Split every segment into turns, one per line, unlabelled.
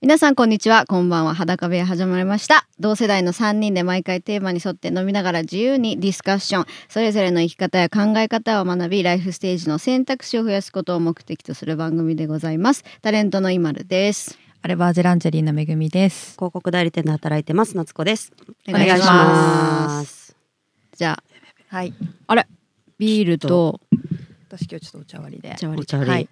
皆さんこんにちはこんばんは裸部屋始まりました同世代の3人で毎回テーマに沿って飲みながら自由にディスカッションそれぞれの生き方や考え方を学びライフステージの選択肢を増やすことを目的とする番組でございますタレントの今るです
アルバージェランジェリーのめぐみです。
広告代理店で働いてます夏子です
お
願いします
す
じゃあ
はい。
あれビールと
私今日ちょっとお茶割りで。
茶割
お
り
茶割り、
はい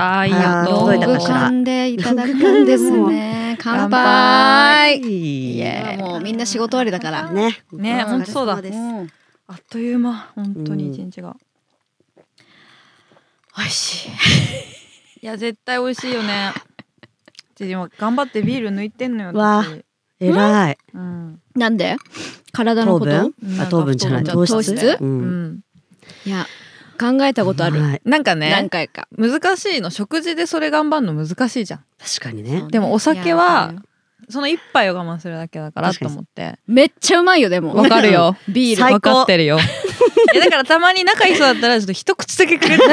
あーい
あ
や
ー
っと。
届いたかしら
飲んでいただくんですね乾
乾杯
杯
い
いやもうみんな仕事終わりだから
ね
ね
お疲れ様
本当そうだ
で
う
す
ん
あっという間。本当に一日が。
美味しい
いや絶対美味しいよね。ちょ今頑張ってビール抜いてんのよ。
わ
私
えらい
うん。
なんで体の
糖
こと
分
うん
あ糖分じゃな
な
い
んか
糖質
糖質
う
うんん。
いや考えたことある、
はい
なんかね
何。回か
難しいの食事でそれ頑張るの難しいじゃん
確かにね
でもお酒はい
や
その一杯を我慢するだけだから
確か
と
に
思って
めっちゃうまいよでも
わか るよ
ビール
最高
わかってるよいやだからたまに仲いい人だったらちょっと一口だけくれて
い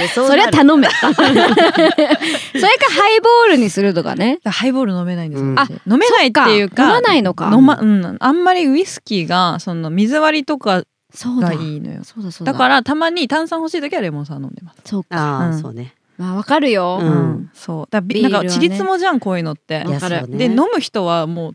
やそう
そ
な
れ
る
は頼め それかハイボールにするとかね
ハイボール飲めないんですよ、
うん
私飲めないっていう
飲
か
まないのか
飲まうん、あんまりウイスキーがその水割りとか
そう
が
だ
いいのよ
そうだそうだ
だからたまに炭酸欲しい時はレモンサワー飲んでます、
そうか
ああ、
うん
そうね
まあわかるよ、
うん
そうだからび
ビール
な
は
ん
ね
かちりつもじゃんこういうのって
わかる
いやそうね
で飲む人はもう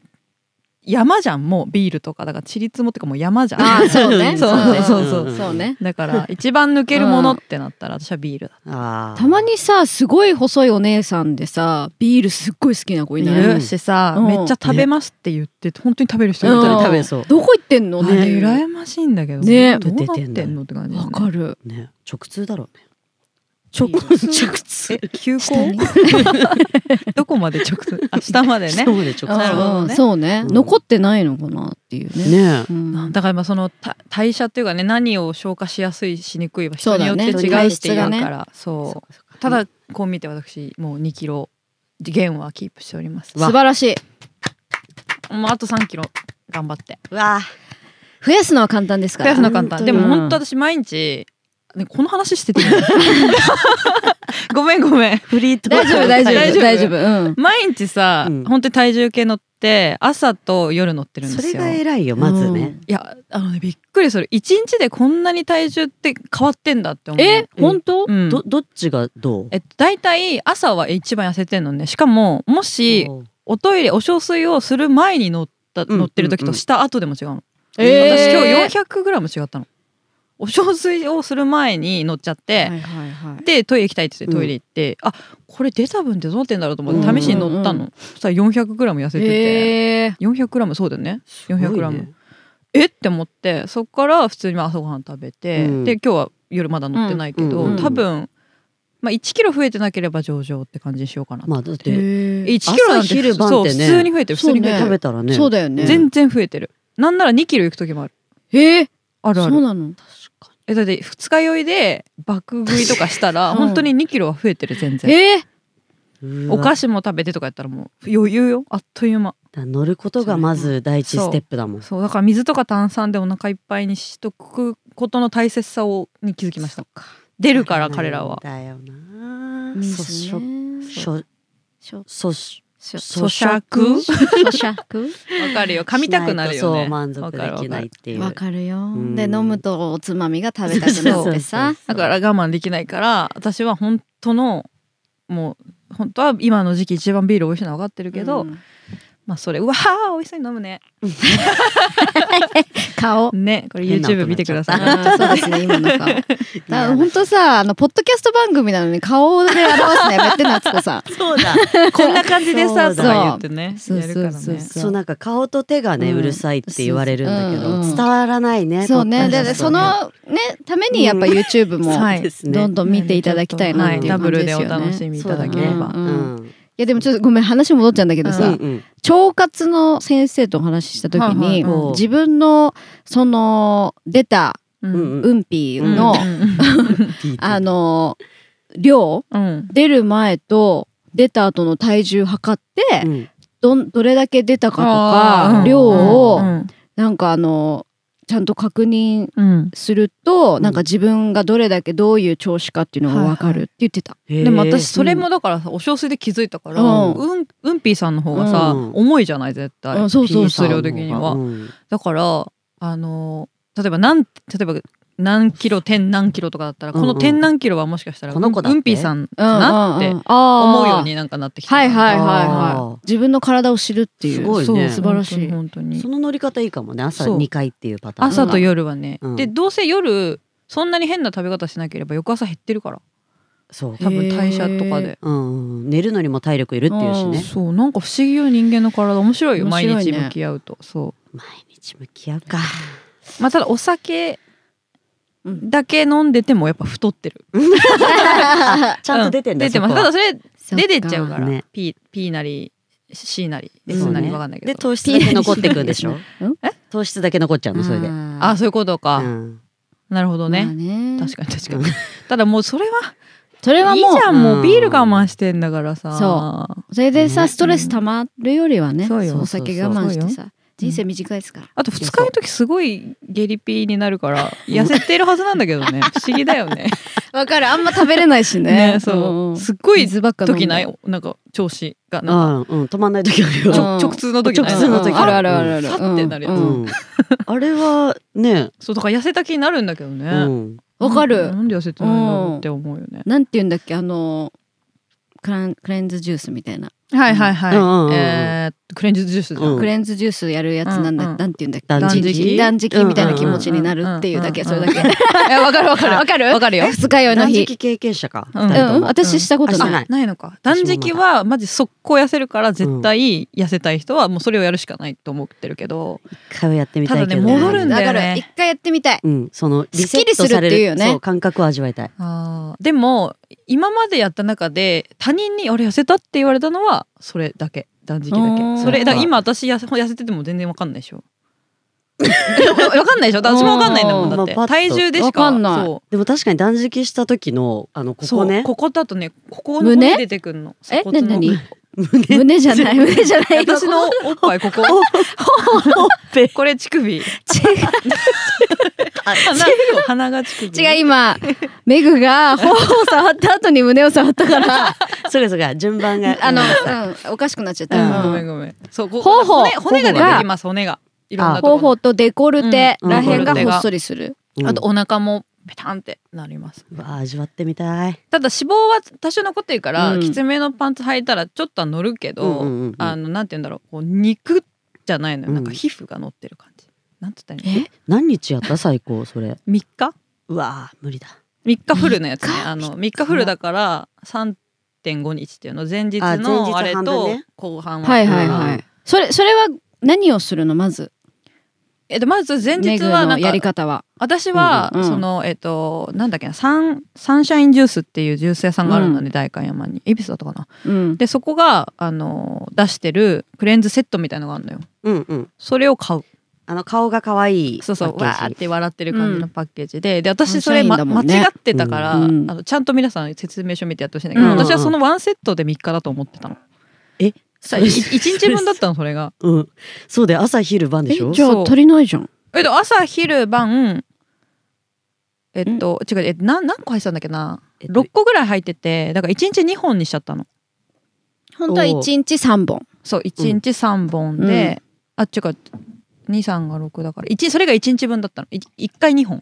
山じゃんもうビールとかだからちりつもってかもう山じゃん
ああそうね
そう
ね
そうそう
そうね
だ から一番抜けるものってなったら私はビールだ
ああ
たまにさすごい細いお姉さんでさビールすっごい好きな子いないい
るしさ、
うん
めっちゃ食べますって言って本当に食べる人いる
うん
じゃ
本
な
当
い
に食べそう
どこ行ってんの、
あ
ってい
れ
う
羨ましいんだけど
ね
どうなってんのって感じだ
わ
よね
かる
ね直通だろうね
直通
直通
え急
下
行
に
どこまで直通あ下までね
そうね直通
なるほどね
うんそうね、
うん
残ってないのかなっていうね
ね
うん
なんだからまあそのた代謝っていうかね何を消化しやすいしにくいは
そう
人
だ
によ
よね
って違うっていう
体質がね
からそうただこう見て私もう2キロ減はキープしております
素晴らしい
もうあと3キロ頑張って
うわあ
増やすのは簡単ですか
増や
ら
すの簡単
本
で
当に
も本当私毎日ねこの話してていいのごめんごめん
フリートー
大
ク
丈夫大丈
大
夫
丈夫
大丈夫うん
毎日さ、
うん
本当に体重計乗って朝と夜乗ってるんで
そ
すよ
れが偉いよまずね、
いやあのねびっくりする一日でこんなに体重って変わってんだって
う
思
ん
う
え本当
うん
どどっちがどう
えっと大体朝は一番痩せてんのねしかももし
おう
おトイレお小水をする前に乗った
うん
乗ってる時とした後でも違うの、
えー
私今
日
日 400g 違ったのお小水をする前に乗っちゃっ
は
て、
いはいはい
でトイレ行きたいって言ってトイレ行って、あこれ出た分ってどうなってんだろうと思
う
っ
ん
て試しに乗ったの、そしたら 400g 痩せてて、
えー
400g そうだよね
すごいね
400g えって思ってそこから普通に朝ごはん食べて、
うん
で今日は夜まだ乗ってないけど、
う
う
ん
ん
多分、まあ、1キロ増えてなければ上々って感じにしようかな、
まあだって、
えー
1キロなんて
朝昼晩
そう
ってね
普通に増えてる普通に増えて
そう
る、
食べたらね
そうだよね
全然増えてるなんなら2キロ行く時もある
えー
ある
そ
あ
う
る
なの
えだって二日酔いで爆食いとかしたら、
うん
本当に2キロは増えてる全然
えー
うわ
お菓子も食べてとかやったらもう余裕よあっという間
だから乗ることがまず第一ステップだもん。
そうだから水とか炭酸でお腹いっぱいにしとくことの大切さをに気づきました出るから彼らは
だよな。
水
咀
ね
嚼
しょ
咀
しょ
咀嚼
咀
咀嚼
わかるよ噛みたくなるよね
そう満足できな
わかるわか
い
る
っていう。
わかるよ
うん
で飲むとおつまみが食べたくなってさ
そうそうそうそう
だから我慢できないから私は本当のもう本当は今の時期一番ビール美味しいのは分かってるけど、
うん
まあそれうわー美味しそうに飲むね
顔
ねこれ
変な音
YouTube 見てくださ い
あーそうですね今の顔だから
いや
本当 さあのポッドキャスト番組なのに顔で表すねやって夏子さん
そうだ。
こんな感じでさ
そう
と
だ
か言ってね
そう
やるから
そうそう
ね
そ
そうなんか顔と手がね
うん
うるさいって言われるんだけ
うん
ど
うん
伝わらないね。
そうね
ポッドキ
で
ャスト
そのねためにやっぱ
うん
YouTube も
は
そうです
ど
ね
ん。どん見ていただきたいなっていう感
はダブ
じ
ル
で
ですお
よ
楽
ね。
し
い
みいただければ、
そうだね
うん
やでもちょっとごめん話戻っちゃうんだけど
う
さ、
ん
う
うん
腸活の先生とお話しした時
はい
に、
はい
はい
自分のその出た
う
うんんうん。
うんぴの、
うんうん
あの量
うん
出る前と出た後の体重測って、
うん
どんどれだけ出たかと
あー
か、
うん
量を、
うん
なんかあのちゃんと確認
うん、
すると、
ん
なんか自分がどれだけどういう調子かっていうのが分かるって言ってた、
で
でも私それもだからさお小水で気づいたから、
う
うんん、うんぴーさんの方がさ、
うん
重いじゃない絶対、
うんそうそうそう
質量的には、だからあの例えば何例えば何キロ点何キロとかだったら、
うんうん
この点何キロはもしかしたら
この子だっ
う
て
んぴーさん
うん
かなって
んんあー
思うようになんかなってきた、
はいはいはい
あ
は
ー
い自分の体を知るっていう
す ごいね
そう
素晴らしい
本当に本
そ
当に
の乗り方いいかもね朝
そう
2回っていうパターン
朝と夜はね、
うん
でどうせ夜そんなに変な食べ方しなければ翌朝減ってるから
そう
多分代謝とかで、
うんうん寝るのにも体力いるっていうし
へー
ね
そうなんか不思議よ人間の体面白いよ
面白いね
毎日向き合うとそ
毎日向き合うか
うまあただお酒
うん
だけ飲んでてもやっぱ太ってる、
ちゃんと出てんだ
出てます
そ
ただ
こは
それ出てっちゃう
ら
から、
ね
P, P なり C なり
うん
S なりわかんないけど、
で糖質だけ残ってくんでしょ
ん
え糖質だけ残っちゃうのそれで
あ
あ
そういうことか、
うん
なるほど
そうね,、
ね、確
か
かに確かにただもうそれは
にそれはい
い
も
じゃんも
う
うんビール我慢してんだからさ
そそれでさ
ね
ストレス溜まるよりはね
そうよ
お酒我慢してさ人生短いですから
あと二日の時すごい下痢ピーになるから痩せてるはずなんだけど ね不思議だよね。
わかるあんま食べれないしね
ねそ
ん
うすっごい
水ばっか飲んで
時ないなんか調子が
う
なんか
んうん止まんない時ある
うん
よ
直通の時ない
直通の時
うんあるあるあるある
さってなるやつ
う
うんんあれはね
そうだから痩せた気になるんだけどね。
うん
わか
な
る
んで痩せてないんだろうって思うよね。
なんて言うんだっけあのクランクレンズジュースみたいな
はいはいはい。
うんうんうん
えーっとクレンジジュースだ。
うん
クレンズジュースやるやつなんだ、
うんうん
なんて言うんだっけ
断食
断食みたいな気持ちになる
うんうんうん
っていうだけ、
うん
それだけ
いやわかるわかる
わかる
わかるよ。
二日酔いの
断
日
食経験者か
うん
う
二人
ん
と
うん
も
私したこと
うん
な
あ
い、
い
ないのか断食はマジ速攻痩せるから絶対痩せたい人はもうそれをやるしかないと思ってるけど、
一回はやってみたいけ
ただ
ど
ね戻るんだ
だ
よ
か
ね
ら一回やってみたい
うん、そのリセッ
すっき
ト
りする
さ
って
れ
いうよ
る
ね
そう感覚を味わいたい。
あーでも今までやった中で他人に「あれ痩せた?」って言われたのはそれだけ断食だ
うん
けそれだから今私痩せ痩せてても全然わかんないでしょ わかんないでしょだから私もわかんないんだもんだって
まあパッ
体
と
重でしか
わかんない
そ
でも確かに断食した時のあの
う
こ
そ
こ
う
ね
ここだとねここの
胸
骨出てくるの
え
鎖骨の
何
胸
胸じゃない 胸じゃない
私のおっぱいここ
ほっぺ
これ乳首
あ
鼻鼻が乳首
違う今メグが頬を触った後に胸を触ったから
そうかそうか順番が
あの、
うん
うん、おかしくなっちゃっ
う
た、
んご
う
めん
ん
ごめんそうこ
頬
骨骨が
頬が
出てきます骨がいろんなところ
頬とデコルテ
うん
らへんがほっそりする、
うん
あとお腹もペタンってなります
うわ味わってみたい。
ただ脂肪は多少残ってるから、
うん
きつめのパンツ履いたらちょっとは乗るけど、
うんうんうんうん
あのなんて言うんだろうこう肉じゃないのよ、なんか
うん
皮膚が乗ってる感じなんつったらいい
え
何日やった最高それ。
の3日
うわー無理だ。
3日フルのやつね
三日
あの3日フルだから3.5日っていうの前日
あ前日
のあれ
半分
と
ね
後半は
はいはいはい、
うん
それそれは何をするのまず
えっと、まず前
メ
日
グ
はな
の
ん
やり
か
方は
私は
うんうんうん
その、えっとなんだっけなサンサンシャインジュースっていうジュース屋さんがあるので、代官山に恵比寿だったかな
うん
でそこがあの出してるクレンズセットみたいのがあるのよ
うんうん。
それを買う
あの顔が可愛い
そうそう
パ
わ
ッケ
ーっ
ージ
て笑ってる感じのパッケージで、で
サン
私
シ
そ
ャ
れ、
インだ
ま
も
間
んね
違ってたから、
うん
あのちゃんと皆さん説明書見てやってほしいんだけど、
うん
私はそのワンセットで3日だと思ってたの。
え
さい一日分だったのそれが。
うん。そうで朝昼晩で
え
しょ。
じゃ
そ
あ
う
足りないじゃん
えっと朝昼晩えっと違うえ何何個入ってたんだっけな
えっと
6個ぐらい入っててだから1日2本にしちゃったの。
本当は1日3本
そう1日3本で、あっちか23が6だから一それが1日分だったの1回2本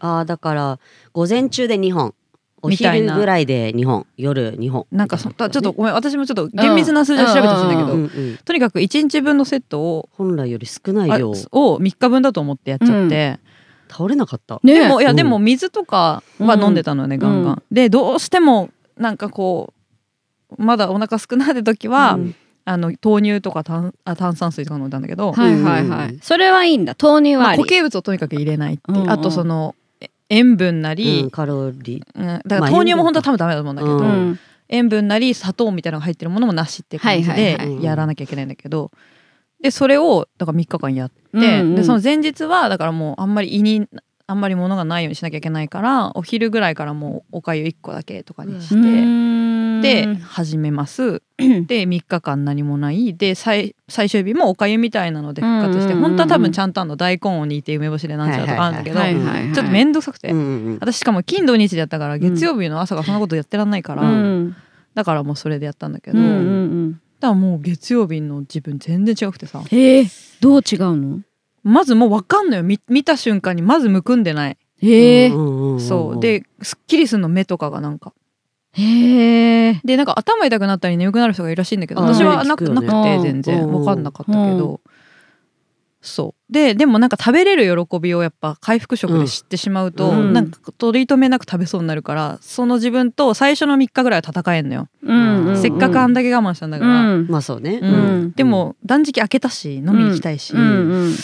あーだから午前中で二本。お
みたい
昼
な
ぐらいで2本夜2本
なんかそちょっとごめん私もちょっと厳密な数字を調べてほしいんだけ
う
ど、
ん
うんうん、
とにかく1日分のセットを
本来より少ない
あ
量
を3日分だと思ってやっちゃって、
倒れなかった、
ね
でもいや
うん
でも水とかは飲んでたのよね、ガンガン。でどうしてもなんかこうまだお腹少ないって時は、
うん
あの豆乳とか炭あ炭酸水とか飲んだんだけど、
はいはいは
う
い
ん
それはいいんだ豆乳は
まあ
あり
固形物をとにかく入れないっていう、
うんうん
あとそのえ塩分な
うん
り、
カロリー
うんだから
まあ
豆乳も本当は多分ダメだと思うんだけど、
う
うんん
塩分なり砂糖みたいなのが入ってるものもなしって感じ
はい
で
はい
はい
やらなきゃいけないんだけどでそれをだから3日間やって、
うんうん
でその前日はだからもうあんまり胃にあんまり物がないようにしなきゃいけないからお昼ぐらいからもうおかゆ1個だけとかにし
う
て。
ん
で始めますで3日間何もないで最最終日もおかゆみたいなので復活して、
うんうんうんうん
本当は多分ちゃんとあの大根を煮て梅干しでなんちゃらとかあるんだけど、
は
はいい
は
はいい
は、
はい
ちょっと面倒くさくて、
うんうん
私しかも金土日でやったから月曜日の朝がそんなことやってらんないから、
うん
だからもうそれでやったんだけ
う
ど、
んうんうん、
だからもう月曜日の自分全然違くてさ
えー、どう違うの
まずもう分かんのよ見見た瞬間にまずむくんでない、
へえ
うんうんんん
そう、ですっきりするの目とかがなんか
へえ
でなんか頭痛くなったり眠くなる人がいるらしいんだけど
あ
ー
私はな
聞
く,、
くよ
な
ね
くて全然
うん
分かんなかったけど、そうででもなんか食べれる喜びをやっぱ回復食で知ってしまうと、
うん
なんか取り留めなく食べそうになるからその自分と最初の3日ぐらいは戦えんのよ、
うんうん
せっかくあんだけ我慢したんだ
だ
から、
うん
まあそうね。
うん
うん
でも断食明けたし飲み行きたいし、
うんうん、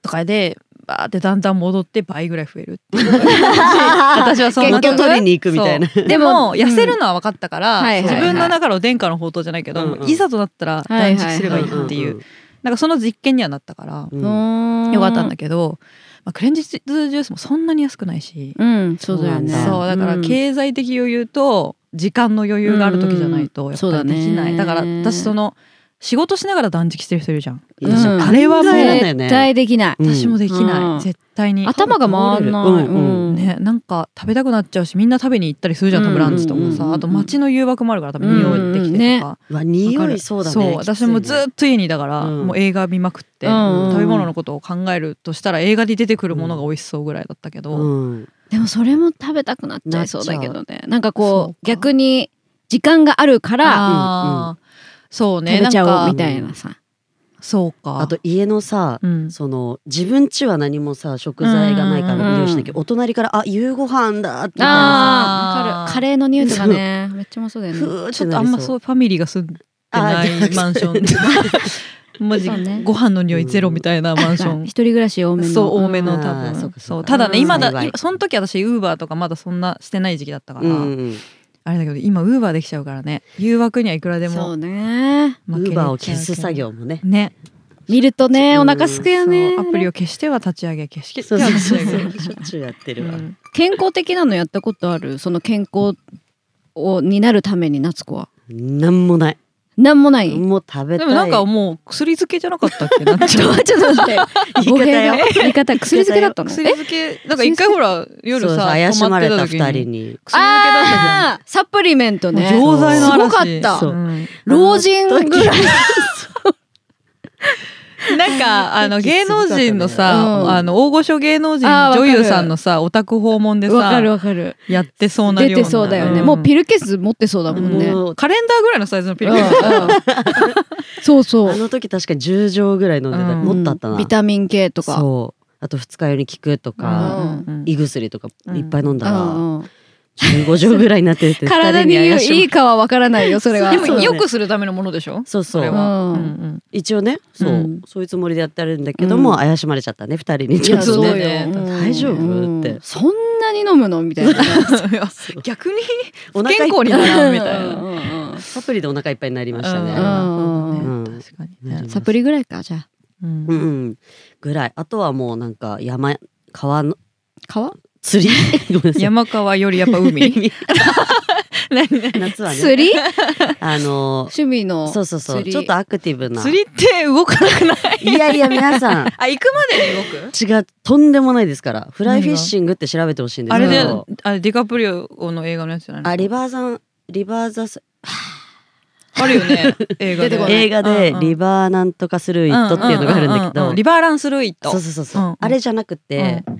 とかでバーってだんだん戻って倍ぐらい増えるっていう 私はそんな
また取りに行くみたいな。
でも痩せるのは分かったから、
うんはいはいはい
自分の中の殿下の宝刀じゃないけど、
うんうん
いざとなったら断食すればいいっていう、なんかその実験にはなったから、
うん。うん
よ
よかったんだけど、まあ、クレンジングジュースもそんなに安くないし、
うん、そうだよね。
そうだから
ん
経済的余裕と時間の余裕がある時じゃないとやっぱりでき
う
ない、
んうん
だから
そうだね
私その仕事しながら断食してる人いるじゃん、
いやそう
うん
あれはもう
絶対できない。
うん
私もできない、
うん
絶対に
頭が回んない。
うんうん
ね、なんか食べたくなっちゃうしみんな食べに行ったりするじゃん、
うん
ブランチとか
うんうんうん
さあと街の誘惑もあるから多分匂いってきてとか、
うわ匂いそうだね。
そう私もずっと家にいたから、
うん
もう映画見まくって、
うん
食べ物のことを考えるとしたら映画に出てくるものが美味しそうぐらいだったけど、
と。
でもそれも食べたくなっちゃいそうだけどね。なんか
そ
こ
うか
う逆に時間があるから
あーそうね
食べちゃおう
なん
み
か
たいなさ。
そうか
あと家のさ、
うん、
その自分家は何もさ食材がないか
うん
うんう
ら
ん
用意しなきゃ、お隣からあ夕ご飯だって
あ
ああ、わか
あー
る。カレーの匂いとかね、めっちゃうまそうだよね。
ふー
ちょっとあんまそううファミリーが住んでな
あじゃ
い
あ
マンション マジ
そうね
ご飯の匂いゼロみたいなマンション
一人暮らし多めの。
そう多め
う
の
ん
多
あー
分
そ
そうう
かそうか
ただね
うん
今だ
幸い
今その時私ウーバーとかまだそんなしてない時期だったから、
ん
あれだけど今ウーバーできちゃうからね誘惑にはいくらで
そ
も
うね。
ウ
負けれ
ー
ちゃう
バーを消す作業 もね
ね
見るとね、お腹すくよね。
そうアプリを消しては立ち上げ消して
そう
は
そ
立
う
ち
そう
上
し
げ
ょっちゅうやってるわ、
うん
健康的なのやったことある。その健康をになるために夏子は。
なんもない
なんもない。
もう食べた
でも
い
なんかもう薬漬けじゃなかったっけなっ
ち
ちゃ
ょ
う
ちょっと待って。
言い方よ
語弊が言い方薬漬けだったの。
薬漬けなんか一回ほら夜
そう
さ
怪し
泊ま
ま
って
れ
た
た
時
二
に
人に
薬漬けだったじゃん
ああー、サプリメントね。
もう錠剤の嵐
すごかった
そう
うん
老人ぐらい。
なんかあの芸能人のさ、
うん
あの大御所芸能人
あーわか
女
る
優さんのさお宅訪問で
わかる
さ
わかる。
やってそうな量
出
な
てそうだよね。もうピルケース持ってそうだもんね。
もう
カレンダーぐらいのサイズのピル
うんうん そうそ
あ
う。
の時確か10錠ぐらい飲んでた、
うん
もっとあったな
ビタミン系とか。
そうあと二日酔いに効くとか、
うん
胃薬とかいっぱい飲んだら、
うんうん
15錠ぐらいになってて
体に
二人怪しま
いいかはわからないよ、それは。
で
そう
も
だね
よくするためのものでしょ
そうそう
れは、
うん
うん
一応ねそう、
うん
そういうつもりでやってあるんだけども、
うん
怪しまれちゃったね二人に
い
ちょ
や
っ
そ
と
う
ね
よ。
ね大丈夫
うん
って
そんなに飲むのみたい な。
いや逆に
お
不
腹いっぱ
健
い
康にならんみたい
うん
な。
うんうん
サプリでお腹いっぱいになりましたね、
ん
あれは
うん
うん
確かにね
う。ん
サプリぐらいか、じゃあ。
うん
うんうん、ぐらいあとはもうなんか山川の
川
釣りごめんなさい
山川よりやっぱ海。
海
何何
夏はね
釣り
あの
趣味の。
そうそうそう
釣り
ちょっとアクティブな
釣りって動かなくない？
いやいや皆さん
あ行くまでに動く？
違うとんでもないですからフライフィッシングって調べてほしいんで
あ
すけ
れ
ど
であれディカプリオの映画のやつじゃないの？
あリバーザンリバーザス
あるよね。映画
出てこない
映画でリ
バ
バーなんとかスルイットっていうのがあるんだけど
リバーランスルイット。
そうそうそうそう、
うんうん
あれじゃなくて、
う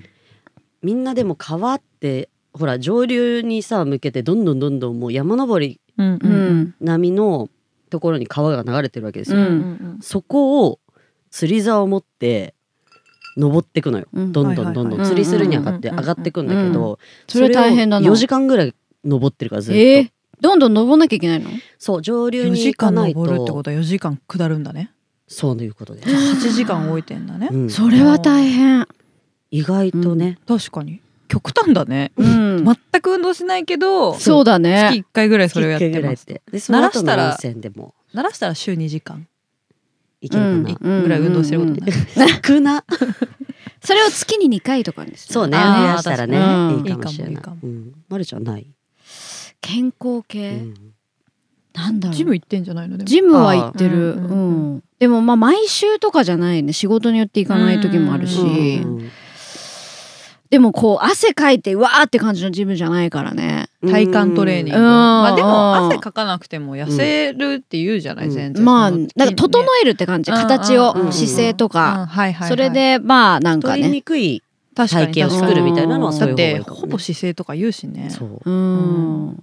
みんなでも川ってほら上流にさ向けてどんどんどんどんもう山登り
うん
う
うん
ん。
並みのところに川が流れてるわけですよ、
う
うんん
そこを釣り竿を持って登ってくのよ
うん
どんどんどん
はいはい
ど
は
ん
い
釣りするにあたって
うんう
上
んうん
がってくんだけど、
それ大変だな
4時間ぐらい登ってるからずっと、
えーどんどん登んなきゃいけないの
そう上流
4
に
時
行か
間
ないと
登るってことは4時間下るんだね。
そういうことです、
8時間置いてんだね
う。ん
それは大変。
意外とね、
確かに極端だね。
うん。
全く運動しないけど、月
そうだね。
1回ぐらいそ
それ
れを
を
や
や
っ
ってて
ま
ますす。でその後
鳴らした
の
ら
温泉でも
鳴らしたら週2時間
行けるかな、
うん
ぐらい運動してることになる。
少な
それを月に2回とかですね
そうね増
あー
やしたらね
確かにうん
いいかもしれ
いい
ない
かもいいか
うんまるちゃんない
健康
う
系、
ん
なんだろう
ジム行ってんじゃないのでも
ジムは行ってる、
あー
う
うんんうん
でもまあ毎週とかじゃないね仕事によって行かない時もあるし、
うん
うん
でもこう汗かいてうわーって感じのジムじゃないからね
体幹トレーニング、
うん
まあ、でも
うん
汗かかなくても痩せるって言うじゃない、
うん
全然
まあ
そ
な
の
んか整えるって感じ、
うん
形を、
うん
姿勢と
うんは
か、
いはいはい
それでまあなんか
太り
ね
にくい
確か
体
に
型を作るみたいなのはそう
だ
い
って
う方がいいかもね
ほぼ姿勢とか言うしね
そう
うん、
う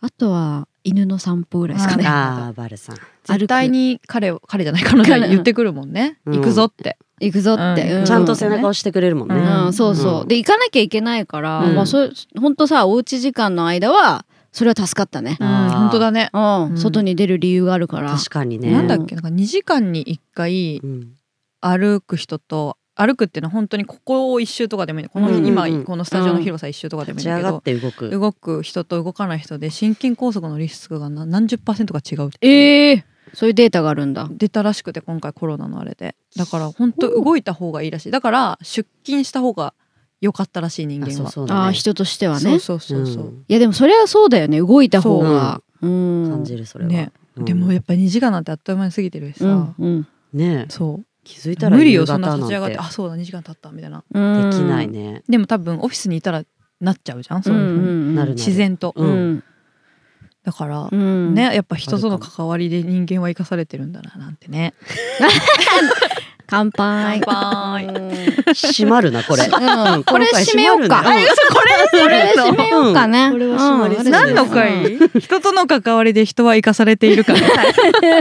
あとは犬の散歩ぐらいですかね
ああバルさん
絶対に彼を彼じゃない彼女は言ってくるもんね、
うん
行くぞって、
行くぞって、
うん
う
ちゃんと背中をしてくれるもんね
う
うんそうそう、
うん
で行かなきゃいけないから、
うん
まあそ本当さおうち時間の間はそれは助かったね
う
うんん、
本当だね、
うん、
うん
外に出る理由があるから
確かにね
なんだっけなんか2時間に1回
うん
歩く人と歩くっていうのは本当にここを一周とかでもいいこの、
うん
今
うん
このスタジオの広さ一周とかでもいい
立
ん
ち
だ
上
け
が
ど
っ、て動く
動く人と動かない人で心筋梗塞のリスクがな何十パーセントか違うって
ええそういうデータがあるんだ
出たらしくて今回コロナのあれでだから本当動いた方がいいらしいだから出勤した方が良かったらしい人間
あ
は
そうそう
あ
だ
あ
ね
人としては
そ
ね
うそうそうそう、
いやでもそれはそうだよね動いた方がうん
うん感じるそれは
ね
うん
でもやっぱ2時間なんてあっという間に過ぎてるしさ、
うんうん
ね
そう
気づいたら
無理よ
夕
そ
方
んな
なん
立ち上がって
て
あそうだ2時間経ったみたいな
うん
できないね
でも多分オフィスにいたらなっちゃうじゃん
う
そ
ん
う
う
い
ん
うふうに、
うん
なる
自然と、
うん
だから、
うん
ねやっぱ人との関わりで人間は生かされてるんだななんてね
乾杯
乾杯
うん
閉まるなこれ
うんこれ締めようか
この回
これで締めようかね
うんこれは締まりそうです
何の回人との関わりで人は生かされているから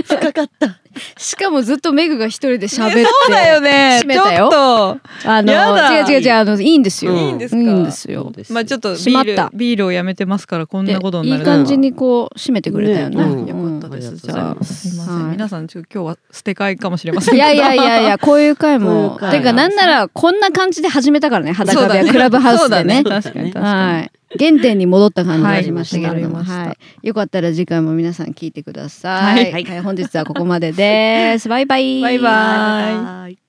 深かった
しかもずっとメグが一人で喋っ
ね
て
そうだよね
締めたよ
ちょっ
あの
やだ
違う違う違うあのいいんですよ
うん
といいんですか、
いいんですよ
です
まあちょっとビ
締まっ
ール
た
ビールをやめてますからこん
で
なことに
い
ないる
感じにこう締めてくれたよね
ね
うん
うん
よかったです、
うん
じゃあすいません、
はい
皆さんちょっと今日は捨て替えかもしれません
い
けど
やいやいやいや、こういう回も。
こういう回
てか、なんなら、こんな感じで始めたからね、
そう
裸
だ
で、
ね
クラブハウスで
そ
ね
う。だ確かに確か
は
に
い。原点に戻った感じがありましたけれども、
はい戻りました
はいよかったら次回も皆さん聞いてください。
はい
はい、本日はここまでです。バイバイ。
バイバイ
はい